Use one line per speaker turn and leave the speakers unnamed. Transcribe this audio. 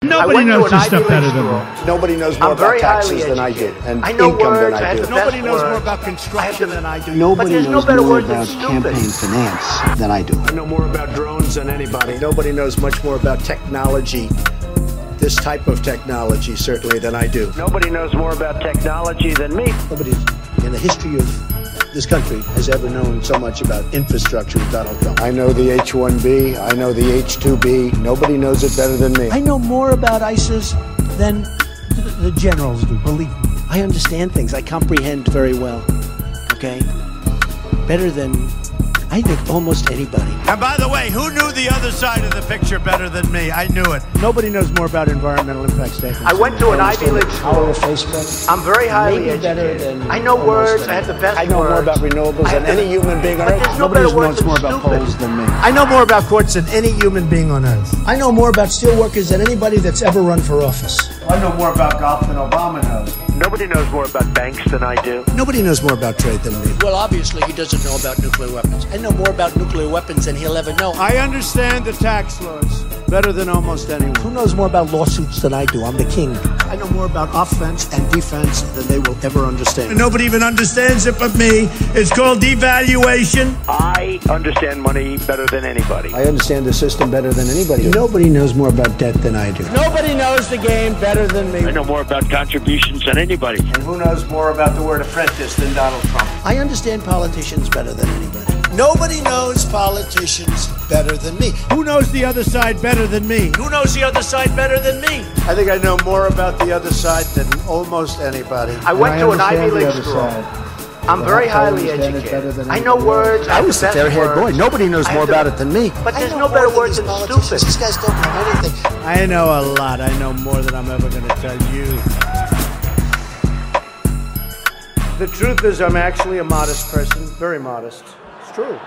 I
Nobody
went
knows
to an
this stuff
Ivy
better
League
than
school.
me.
Nobody knows more
I'm
about
very highly
taxes
educated.
than I did and
I know
income
words.
than
I
I
have
do.
the
Nobody
best
knows more
words.
about
I have
construction
the-
than I do.
but
Nobody
there's
knows
no better
more
word than
about
stupid.
campaign finance than I do.
I know more about drones than anybody.
Nobody knows much more about technology, this type of technology certainly, than I do.
Nobody knows more about technology than me.
Nobody in the history of this country has ever known so much about infrastructure as Donald Trump. I know the H-1B. I know the H-2B. Nobody knows it better than me.
I know more about ISIS than th- the generals do, believe me.
I understand things. I comprehend very well. Okay? Better than, I think, almost anybody.
And by the way, who knew the other side of the picture better than me? I knew it.
Nobody knows more about environmental impact statements.
I went to an Ivy League
Power
school.
of Facebook.
I'm very highly
Maybe better
educated.
than
I know
almost
words. I
any-
have the best
I know more
words.
about renewables
I have
than
the-
any human being on
But
earth.
there's no
Nobody
better
knows
word
much
than
more about
stupid.
polls than me.
I know more about courts than any human being on earth.
I know more about steelworkers than anybody that's ever run for office.
I know more about golf than Obama knows. Nobody knows more about banks than I do.
Nobody knows more about trade than me.
Well, obviously, he doesn't know about nuclear weapons. I know more about nuclear weapons than he'll ever know.
I understand the tax laws better than almost anyone.
Who knows more about lawsuits than I do? I'm the king.
I know more about offense and defense than they will ever understand.
Nobody even understands it but me. It's called devaluation.
I understand money better than anybody.
I understand the system better than anybody. Nobody knows more about debt than I do.
Nobody knows the game better than me.
I know more about contributions than anybody.
And who knows more about the word apprentice than Donald Trump?
I understand politicians better than anybody.
Nobody knows politicians better than me.
Who knows the other side better than me?
Who knows the other side better than me?
I think I know more about the other side than almost anybody.
I went to an Ivy League school. I'm very
I
highly
understand it better
educated.
than
I know
anybody else.
words. I have
was
the
a
best
fair-haired boy.
words.
Nobody knows
I have
more
the-
about it than me.
But
I
there's
know
no
more
better
than
word
these
than
politicians.
stupid.
These guys don't know anything.
I know a lot. I know more than I'm ever going to tell you. The truth is, I'm actually a modest person, very modest. It's true.